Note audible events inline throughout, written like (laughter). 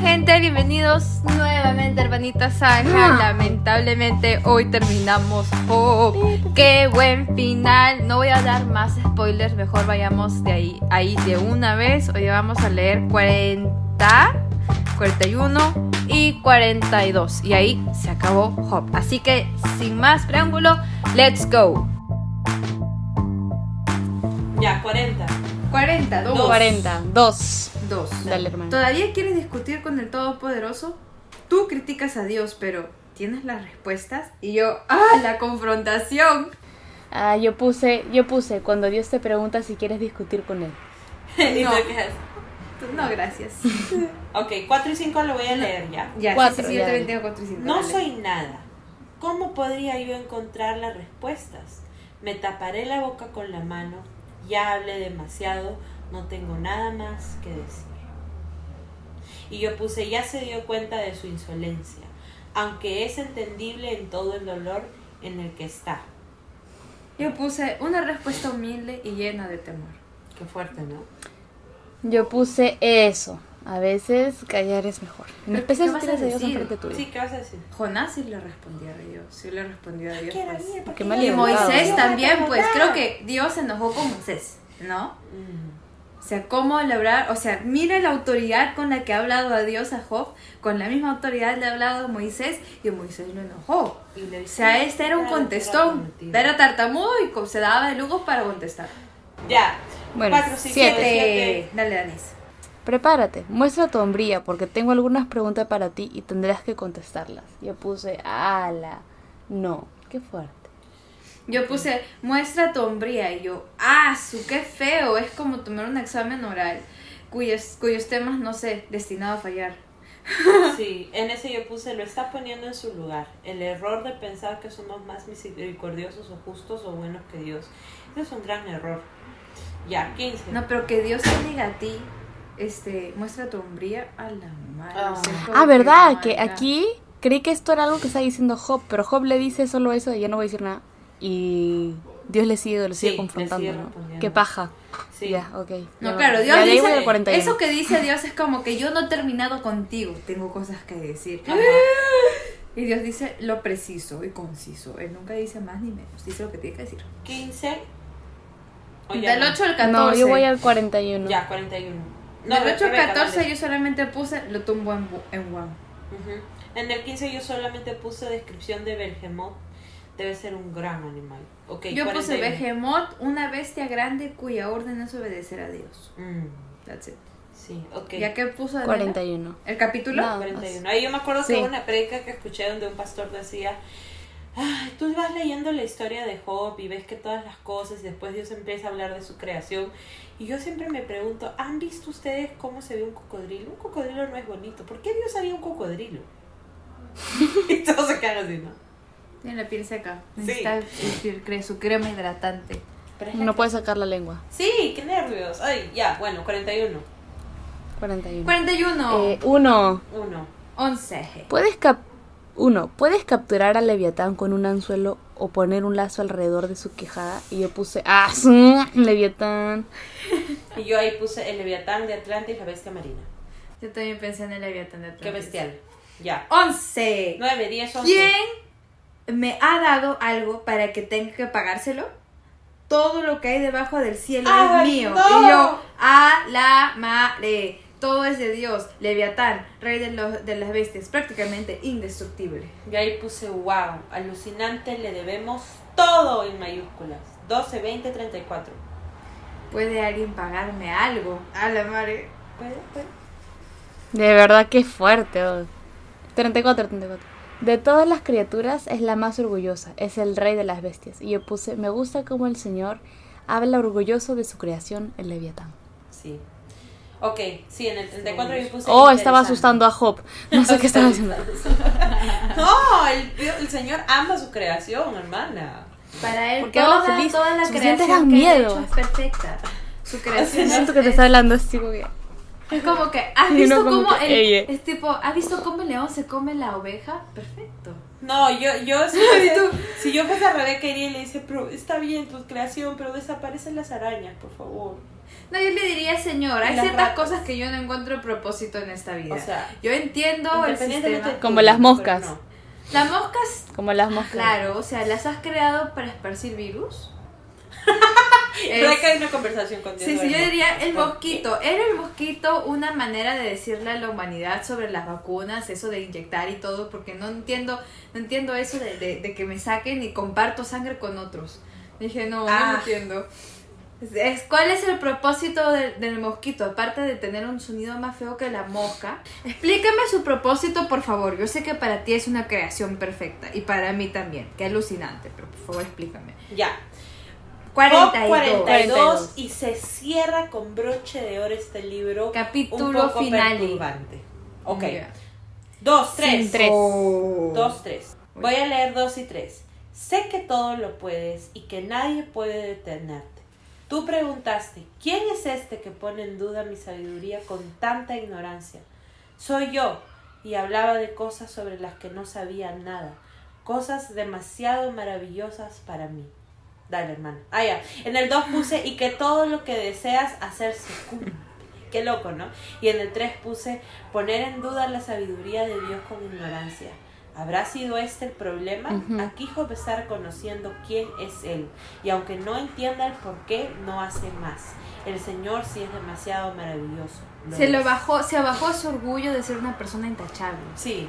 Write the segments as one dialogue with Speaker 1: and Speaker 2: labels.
Speaker 1: gente, bienvenidos nuevamente a Hermanita Zanja. Lamentablemente hoy terminamos Hope. Qué buen final. No voy a dar más spoilers, mejor vayamos de ahí, ahí de una vez. Hoy vamos a leer 40, 41 y 42. Y ahí se acabó Hope. Así que sin más preámbulo, let's go.
Speaker 2: Ya,
Speaker 1: (laughs)
Speaker 2: 40.
Speaker 1: 40,
Speaker 2: Dos.
Speaker 3: 40, 2.
Speaker 1: Dos.
Speaker 3: Dale, hermano.
Speaker 1: ¿Todavía quieres discutir con el Todopoderoso? Tú criticas a Dios, pero ¿tienes las respuestas? Y yo, ¡ah, la confrontación!
Speaker 3: Ah, yo puse, yo puse, cuando Dios te pregunta si quieres discutir con él.
Speaker 2: ¿Y
Speaker 1: No.
Speaker 2: tú qué haces?
Speaker 1: No, gracias.
Speaker 2: Ok, 4 y 5 lo voy a leer ya.
Speaker 1: Ya,
Speaker 3: Cuatro,
Speaker 1: sí, sí, yo
Speaker 3: ya,
Speaker 1: también
Speaker 3: dale.
Speaker 1: tengo cuatro y cinco,
Speaker 2: No
Speaker 1: (laughs) dale.
Speaker 2: soy nada. ¿Cómo podría yo encontrar las respuestas? Me taparé la boca con la mano. Ya hablé demasiado. No tengo nada más que decir. Y yo puse, ya se dio cuenta de su insolencia, aunque es entendible en todo el dolor en el que está.
Speaker 1: Yo puse una respuesta humilde y llena de temor.
Speaker 2: Qué fuerte, ¿no?
Speaker 3: Yo puse eso. A veces callar es mejor. En
Speaker 1: ¿Pero
Speaker 3: especial
Speaker 1: qué
Speaker 3: si
Speaker 1: vas a
Speaker 3: tienes a Dios
Speaker 1: decir?
Speaker 3: enfrente tuyo.
Speaker 2: Sí, ¿qué vas a decir?
Speaker 1: Jonás sí le respondió a Dios, sí le respondió a Dios.
Speaker 2: ¿Qué era
Speaker 1: pues.
Speaker 2: mía? ¿Por
Speaker 3: Qué
Speaker 2: qué
Speaker 3: mal
Speaker 2: yo
Speaker 1: Y
Speaker 2: no
Speaker 1: Moisés
Speaker 2: puedo
Speaker 1: también, pues
Speaker 2: preguntar?
Speaker 1: creo que Dios se enojó con Moisés, ¿no?
Speaker 2: Mm.
Speaker 1: O sea, cómo le habrá- o sea, mira la autoridad con la que ha hablado a Dios a Job, con la misma autoridad le ha hablado a Moisés y Moisés lo enojó.
Speaker 2: Y le
Speaker 1: O
Speaker 2: dice,
Speaker 1: sea, este era un
Speaker 2: "Claro,
Speaker 1: contestón,
Speaker 2: era
Speaker 1: era tartamudo y co- se daba de lujos para contestar.
Speaker 2: prometido". Ya.
Speaker 3: Bueno,
Speaker 2: Cuatro, cinco,
Speaker 3: siete.
Speaker 2: siete.
Speaker 1: Eh, Dale, Danis.
Speaker 3: Prepárate, muestra tu hombría porque tengo algunas preguntas para ti y tendrás que contestarlas. Yo puse, ala, no, qué fuerte.
Speaker 1: Yo puse, muestra tu hombría y yo, ah, su qué feo, es como tomar un examen oral cuyos, cuyos temas no sé, destinado a fallar. (laughs)
Speaker 2: Sí, en ese yo puse, lo está poniendo en su lugar. El error de pensar que somos más misericordiosos o justos o buenos que Dios. Ese es un gran error. Ya, 15.
Speaker 1: No, pero que Dios te diga a ti, este, muestra tu hombría a la madre. o sea,
Speaker 2: Ah.
Speaker 1: como
Speaker 3: Ah, ¿verdad? Que
Speaker 1: mala.
Speaker 3: aquí creí que esto era algo que estaba diciendo Job, pero Job le dice solo eso de yo no voy a decir nada. Y Dios le sigue, lo sigue
Speaker 2: Sí, le
Speaker 3: confrontando,
Speaker 2: sigue
Speaker 3: ¿no?
Speaker 2: respondiendo.
Speaker 3: Qué paja.
Speaker 2: Sí.
Speaker 3: Ya, ok.
Speaker 1: No,
Speaker 3: Ya,
Speaker 1: claro,
Speaker 3: ya,
Speaker 1: Dios
Speaker 3: de ahí voy al
Speaker 1: dice,
Speaker 3: 41.
Speaker 1: eso que dice Dios es como que yo no he terminado contigo, tengo cosas que decir. (laughs)
Speaker 2: Ajá.
Speaker 1: Y Dios dice lo preciso y conciso, Él nunca dice más ni menos, dice lo que tiene que decir.
Speaker 2: 15. O Oh, ya
Speaker 1: Del
Speaker 2: no.
Speaker 1: 8 al 14.
Speaker 3: No, yo voy al 41.
Speaker 2: Ya, 41.
Speaker 1: Del 8 al
Speaker 2: Rebeca,
Speaker 1: 14
Speaker 2: dale.
Speaker 1: yo solamente puse lo tumbo en, bu- en guam.
Speaker 2: Ujú. En el 15 yo solamente puse descripción de Bergemot. Debe ser un gran animal. Ok,
Speaker 1: Yo puse
Speaker 2: 41.
Speaker 1: Behemoth, una bestia grande cuya orden es obedecer a Dios.
Speaker 2: Mm,
Speaker 1: That's it.
Speaker 2: sí, ok.
Speaker 1: ¿Ya que puso Adela?
Speaker 3: 41.
Speaker 1: ¿El capítulo?
Speaker 3: No.
Speaker 2: 41. Ahí yo me acuerdo que
Speaker 3: Sí.
Speaker 2: hubo una predica que escuché donde un pastor decía, "Ay, tú vas leyendo la historia de Job y ves que todas las cosas, y después Dios empieza a hablar de su creación. Y yo siempre me pregunto, ¿han visto ustedes cómo se ve un cocodrilo? Un cocodrilo no es bonito. ¿Por qué Dios haría un cocodrilo? (laughs) y todos se quedan así, ¿no?
Speaker 1: Tiene la piel seca.
Speaker 2: Sí.
Speaker 1: Necesita su cre- su crema hidratante.
Speaker 2: Pero es la
Speaker 3: No
Speaker 2: que-
Speaker 3: puedes sacar la lengua.
Speaker 2: Sí, qué nervios. Ay, ya, bueno, 41.
Speaker 3: 41.
Speaker 1: 41.
Speaker 3: Eh, uno.
Speaker 2: Uno.
Speaker 1: 11.
Speaker 3: ¿Puedes cap uno, ¿puedes capturar al leviatán con un anzuelo o poner un lazo alrededor de su quejada? Y yo puse, ¡ah, su- leviatán!
Speaker 2: Y yo ahí puse el leviatán de Atlantis, la bestia marina.
Speaker 1: Yo también pensé en el Leviatán de Atlantis.
Speaker 2: Qué bestial. Ya.
Speaker 1: 11.
Speaker 2: 9, 10, 11.
Speaker 1: ¿Quién me ha dado algo para que tenga que pagárselo? Todo lo que hay debajo del cielo
Speaker 2: ¡Ay,
Speaker 1: es mío.
Speaker 2: no!
Speaker 1: Y yo a la mare. Todo es de Dios. Leviatán, rey de, los, de las bestias, prácticamente indestructible.
Speaker 2: Y ahí puse, wow, alucinante, le debemos todo en mayúsculas. 12, 20, 34.
Speaker 1: ¿Puede alguien pagarme algo? A la mare.
Speaker 2: ¿Puede? ¿Puede?
Speaker 3: De verdad que fuerte. oh. 34, 34. De todas las criaturas es la más orgullosa, es el rey de las bestias. Y yo puse, me gusta cómo el Señor habla orgulloso de su creación, el leviatán.
Speaker 2: Sí. Ok, sí, en el 34 yo puse...
Speaker 3: Oh, estaba asustando a
Speaker 2: interesante.
Speaker 3: Job. No sé
Speaker 1: (laughs)
Speaker 3: qué estaba haciendo.
Speaker 2: No, el, el señor ama su creación, hermana.
Speaker 1: Para él,
Speaker 3: Porque habla
Speaker 1: toda,
Speaker 3: feliz,
Speaker 1: toda la
Speaker 3: sus dientes
Speaker 1: creación
Speaker 3: dan
Speaker 1: que él ha
Speaker 3: miedo.
Speaker 1: hecho es perfecta. Su
Speaker 3: (laughs)
Speaker 1: creación es,
Speaker 3: Siento que te
Speaker 1: es-
Speaker 3: está hablando así como que...
Speaker 1: Es como que, ¿has
Speaker 3: Y uno
Speaker 1: visto
Speaker 3: como
Speaker 1: cómo
Speaker 3: que,
Speaker 1: el,
Speaker 3: "Ey, eh".
Speaker 1: es tipo, ¿has visto cómo el león se come la oveja? Perfecto.
Speaker 2: No, yo,
Speaker 1: (laughs)
Speaker 2: yo si, fuese- si yo fuese Rebeca iría y le dice, pero está bien tu creación, pero desaparecen las arañas, por favor.
Speaker 1: No, yo le diría, señor,
Speaker 2: Y
Speaker 1: hay
Speaker 2: las
Speaker 1: ciertas
Speaker 2: ratas.
Speaker 1: cosas que yo no encuentro propósito en esta vida.
Speaker 2: O sea,
Speaker 1: yo entiendo el
Speaker 2: independientemente
Speaker 1: sistema.
Speaker 2: de
Speaker 3: Como
Speaker 2: tu-
Speaker 3: las
Speaker 2: pero
Speaker 3: moscas.
Speaker 2: no.
Speaker 1: Las moscas,
Speaker 3: Como las moscas.
Speaker 1: claro, o sea, las has creado para esparcir
Speaker 2: (laughs)
Speaker 1: virus. Es-
Speaker 2: Rebeca hay una conversación con Dios.
Speaker 1: Sí, sí, yo
Speaker 2: duerme.
Speaker 1: diría el
Speaker 2: ¿Por
Speaker 1: mosquito. ¿Era el mosquito una manera de decirle a la humanidad sobre las vacunas, eso de inyectar y todo? Porque no entiendo, no entiendo eso de, de- de que me saquen y comparto sangre con otros. Dije, no, no
Speaker 2: Ah.
Speaker 1: lo entiendo. Es- es- ¿Cuál es el propósito del, del mosquito? Aparte de tener un sonido más feo que la mosca. Explícame su propósito, por favor. Yo sé que para ti es una creación perfecta y para mí también. Qué alucinante, pero por favor explícame.
Speaker 2: Ya. Pop
Speaker 1: 42.
Speaker 2: 42 y se cierra con broche de oro este libro. un
Speaker 1: Capítulo
Speaker 2: poco
Speaker 1: final.
Speaker 2: perturbante. Ok.
Speaker 1: Ya.
Speaker 2: Dos, tres.
Speaker 3: tres.
Speaker 2: Dos, tres. Voy a leer dos y tres. Sé que todo lo puedes y que nadie puede detenerte. Tú preguntaste, ¿quién es este que pone en duda mi sabiduría con tanta ignorancia? Soy yo, y hablaba de cosas sobre las que no sabía nada, cosas demasiado maravillosas para mí. Dale, hermano. Ah, ya. En el 2 puse, y que todo lo que deseas hacer se cumple. Qué loco, ¿no? Y en el 3 puse, poner en duda la sabiduría de Dios con ignorancia. ¿Habrá sido este el problema?
Speaker 3: Ujú.
Speaker 2: Aquí Job está reconociendo quién es él. Y aunque no entienda el por qué, no hace más. El Señor sí es demasiado maravilloso.
Speaker 1: Se lo
Speaker 2: es.
Speaker 1: bajó, se abajó su orgullo de ser una persona intachable.
Speaker 2: Sí,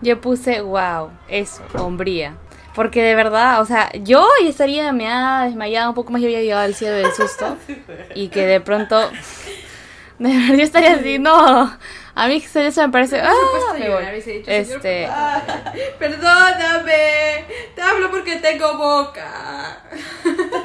Speaker 3: Yo puse, wow, eso, hombría. Porque de verdad, o sea, yo ya estaría meada, desmayada, un poco más, yo había llegado al cielo
Speaker 1: (laughs)
Speaker 3: del susto. y que de pronto, de verdad, yo estaría así, no. A mí eso me parece, ah,
Speaker 1: supuesto
Speaker 3: me
Speaker 1: llorar,
Speaker 3: voy.
Speaker 1: hubiese dicho, "Señor,
Speaker 3: este,
Speaker 2: Ah,
Speaker 1: (laughs) Perdóname, te hablo porque tengo boca.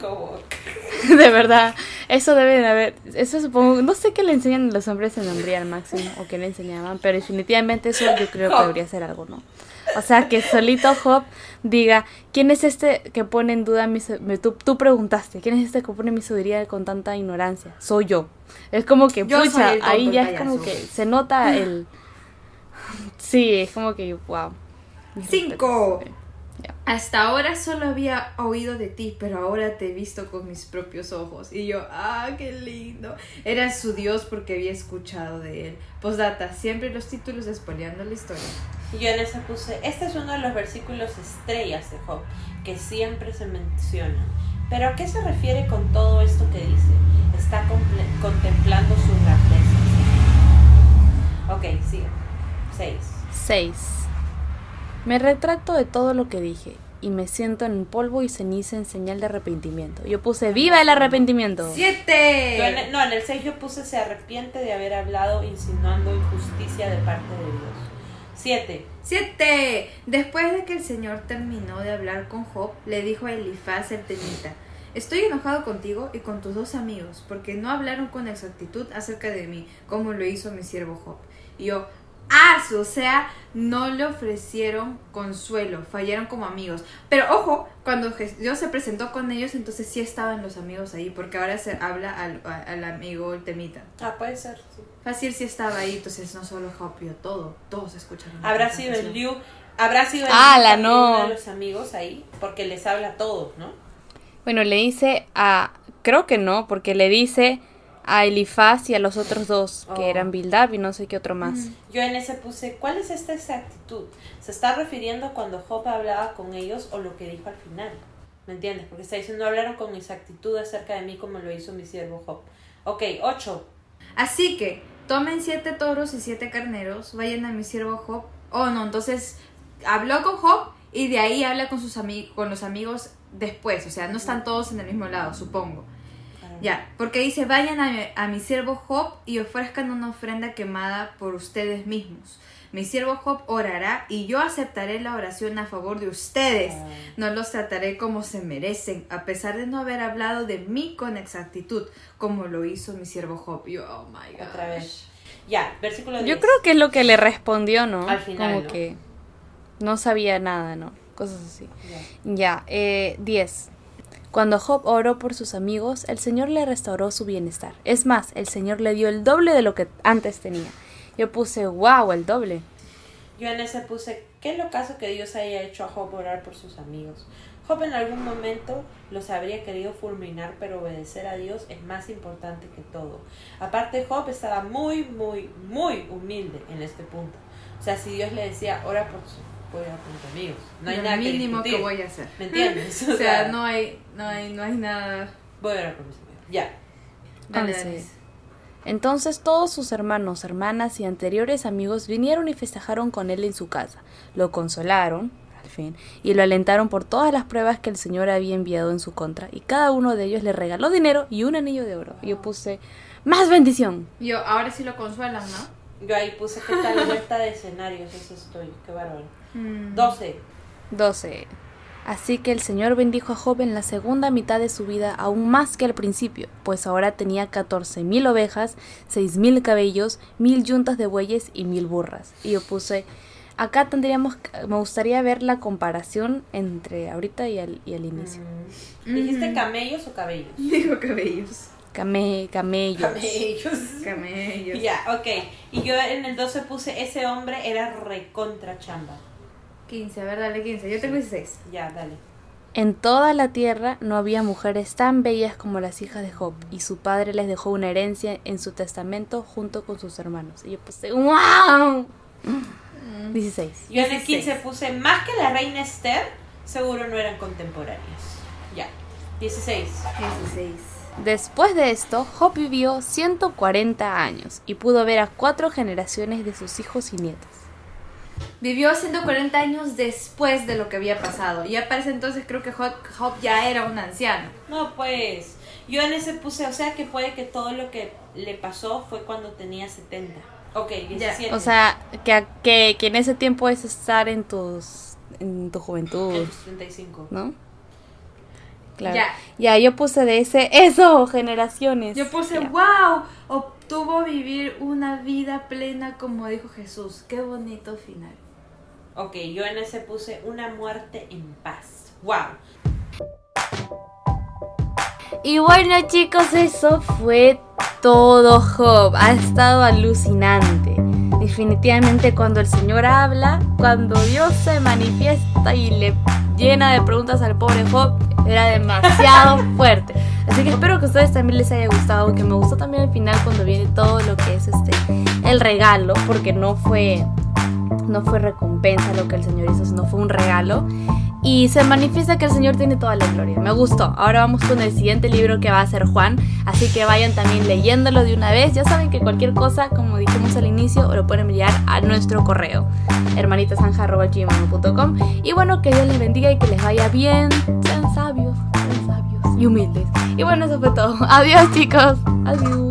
Speaker 2: como...
Speaker 3: (laughs) de verdad, eso deben haber, eso supongo, no sé qué le enseñan los hombres en hombría al máximo, o qué le enseñaban, pero definitivamente eso yo creo que
Speaker 2: Job.
Speaker 3: debería ser algo, ¿no? O sea, que solito Job diga, ¿quién es este que pone en duda mi... sa- me- Tú, tú preguntaste, ¿quién es este que pone mi sabiduría con tanta ignorancia? Soy yo. Es como que,
Speaker 1: Yo soy
Speaker 3: pucha,
Speaker 1: el tonto,
Speaker 3: ahí
Speaker 1: el
Speaker 3: ya es como que
Speaker 1: payaso.
Speaker 3: se
Speaker 1: (laughs)
Speaker 3: nota el... Sí, es como que, eh, wow. Mis
Speaker 1: Cinco.
Speaker 3: respetos.
Speaker 1: Hasta ahora solo había oído de ti, pero ahora te he visto con mis propios ojos. Y yo, ah, qué lindo. Era su dios porque había escuchado de él. Postdata, siempre los títulos espoleando la historia.
Speaker 2: Y yo en ese puse, este es uno de los versículos estrellas de Job, que siempre se mencionan. Pero ¿a qué se refiere con todo esto que dice? Está comple- contemplando sus grandezas. Ok, sigue. Seis.
Speaker 3: 6. Me retracto de todo lo que dije y me siento en polvo y ceniza en señal de arrepentimiento. Yo puse viva el arrepentimiento.
Speaker 2: Yo en el-
Speaker 1: Siete.
Speaker 2: no, en el seis yo puse se arrepiente de haber hablado insinuando injusticia de parte de Dios. Siete.
Speaker 1: Siete. Después de que el señor terminó de hablar con Job, le dijo a Elifaz el temita. Estoy enojado contigo y con tus dos amigos, porque no hablaron con exactitud acerca de mí, como lo hizo mi siervo Job. Y yo, as, o sea, no le ofrecieron consuelo, fallaron como amigos. Pero ojo, cuando Je- Dios se presentó con ellos, entonces sí estaban los amigos ahí, porque ahora se habla al, a- al amigo el temita.
Speaker 2: Ah, puede ser. sí.
Speaker 1: Fácil sí estaba ahí, entonces no solo Job vio todo, todos escucharon. la
Speaker 2: Habrá sido el
Speaker 1: conversación.
Speaker 2: Liu. Habrá sido el
Speaker 3: ¡Hala,
Speaker 2: Liu
Speaker 3: no!
Speaker 2: uno de los amigos ahí, porque les habla a todos, ¿no?
Speaker 3: Bueno, le dice a... Creo que no, porque le dice a Elifaz y a los otros dos,
Speaker 2: Oh. Mm.
Speaker 3: que eran Bildab y no sé qué otro más.
Speaker 1: Ujú.
Speaker 2: Yo en ese puse, ¿cuál es esta exactitud? ¿Se está refiriendo cuando Job hablaba con ellos o lo que dijo al final? ¿Me entiendes? Porque está diciendo, hablaron con exactitud acerca de mí como lo hizo mi siervo Job. Ok, 8.
Speaker 1: Así que tomen siete toros y siete carneros, vayan a mi siervo Job. Oh, no, entonces habló con Job y de ahí habla con sus amigos, con los amigos después. O sea, no están todos en el mismo lado, supongo. Ya, porque dice, vayan a mi, a mi siervo Job y ofrezcan una ofrenda quemada por ustedes mismos. Mi siervo Job orará y yo aceptaré la oración a favor de ustedes.
Speaker 2: Ah,
Speaker 1: No los trataré como se merecen, a pesar de no haber hablado de mí con exactitud, como lo hizo mi siervo Job. Yo, oh my god.
Speaker 2: Otra vez. Ya, versículo 10.
Speaker 3: Yo creo que es lo que le respondió, ¿no?
Speaker 2: Al final,
Speaker 3: Como
Speaker 2: ¿no?
Speaker 3: que no sabía nada, ¿no? Cosas así.
Speaker 2: Ya.
Speaker 3: Ya, eh, 10. Cuando Job oró por sus amigos, el Señor le restauró su bienestar. Es más, el Señor le dio el doble de lo que antes tenía. Yo puse, wow, el doble.
Speaker 2: Yo en ese puse, Qué es lo caso que Dios haya hecho a Job orar por sus amigos. Job en algún momento los habría querido fulminar, pero obedecer a Dios es más importante que todo. Aparte, Job estaba muy, muy, muy humilde en este punto. O sea, si Dios le decía, ora por, su, ora por tus amigos, no hay
Speaker 1: Lo
Speaker 2: nada
Speaker 1: mínimo
Speaker 2: que,
Speaker 1: que,
Speaker 2: discutir.
Speaker 1: voy a hacer.
Speaker 2: ¿Me
Speaker 1: (laughs)
Speaker 2: entiendes?
Speaker 1: O sea, no hay, no hay, no hay nada.
Speaker 2: Voy a orar por mis amigos. Ya.
Speaker 1: Dale,
Speaker 3: Once.
Speaker 1: dale.
Speaker 3: Entonces todos sus hermanos, hermanas y anteriores amigos vinieron y festejaron con él en su casa. Lo consolaron, al fin, y lo alentaron por todas las pruebas que el Señor había enviado en su contra. Y cada uno de ellos le regaló dinero y un anillo de oro. Yo puse, ¡más bendición!
Speaker 1: Yo, ahora sí lo consuelan, ¿no?
Speaker 2: Yo ahí puse qué tal vuelta de escenarios, eso estoy, qué bárbaro.
Speaker 1: Mm.
Speaker 2: 12.
Speaker 3: 12. Así que el Señor bendijo a Job en la segunda mitad de su vida aún más que al principio, pues ahora tenía 14.000 ovejas, 6.000 cabellos, 1.000 yuntas de bueyes y 1.000 burras. Y yo puse, acá tendríamos, que- me gustaría ver la comparación entre ahorita y al, y al inicio.
Speaker 2: Mm. ¿Dijiste camellos o cabellos?
Speaker 1: (laughs) Digo cabellos.
Speaker 3: Came- camellos.
Speaker 2: Camellos.
Speaker 1: Camellos.
Speaker 2: Ya, ok. Y yo en el 12 puse, ese hombre era recontra chamba.
Speaker 1: 15, a ver, dale 15. Yo tengo 16.
Speaker 2: Ya, dale.
Speaker 3: En toda la tierra no había mujeres tan bellas como las hijas de Job, y su padre les dejó una herencia en su testamento junto con sus hermanos. Y yo puse, ¡wow! 16.
Speaker 2: Yo en el
Speaker 1: 16.
Speaker 2: 15 puse, más que la reina Esther, seguro no eran contemporáneas. Ya. 16.
Speaker 1: 16.
Speaker 3: Después de esto, Job vivió 140 años y pudo ver a cuatro generaciones de sus hijos y nietos.
Speaker 1: Vivió 140 años después de lo que había pasado. Y ya para ese entonces creo que Job, Job ya era un anciano.
Speaker 2: No, pues. Yo en ese puse, o sea que puede que todo lo que le pasó fue cuando tenía 70. Ok, 17.
Speaker 3: O sea, que, que, que en ese tiempo es estar en, tus, en tu juventud,
Speaker 2: en sus 35.
Speaker 3: ¿no? Claro.
Speaker 1: Ya.
Speaker 3: Ya. yo puse de ese, (laughs) eso, generaciones.
Speaker 1: Yo puse,
Speaker 3: Ya.
Speaker 1: wow, obtuvo vivir una vida plena como dijo Jesús. Qué bonito final.
Speaker 2: Ok, yo en ese puse una muerte en paz. Wow.
Speaker 3: Y bueno chicos, eso fue todo Job. Ha estado alucinante. Definitivamente cuando el Señor habla, cuando Dios se manifiesta y le llena de preguntas al pobre Job, era demasiado fuerte. Así que espero que a ustedes también les haya gustado, que me gustó también al final cuando viene todo lo que es este el regalo, porque no fue no fue recompensa lo que el Señor hizo, sino fue un regalo. Y se manifiesta que el Señor tiene toda la gloria. Me gustó. Ahora vamos con el siguiente libro que va a ser Juan. Así que vayan también leyéndolo de una vez. Ya saben que cualquier cosa, como dijimos al inicio, lo pueden enviar a nuestro correo. hermanitasanja.gmail.com Y bueno, que Dios les bendiga y que les vaya bien. (laughs) Sean sabios, sean sabios y humildes. Y bueno, eso fue todo. Adiós chicos. Adiós.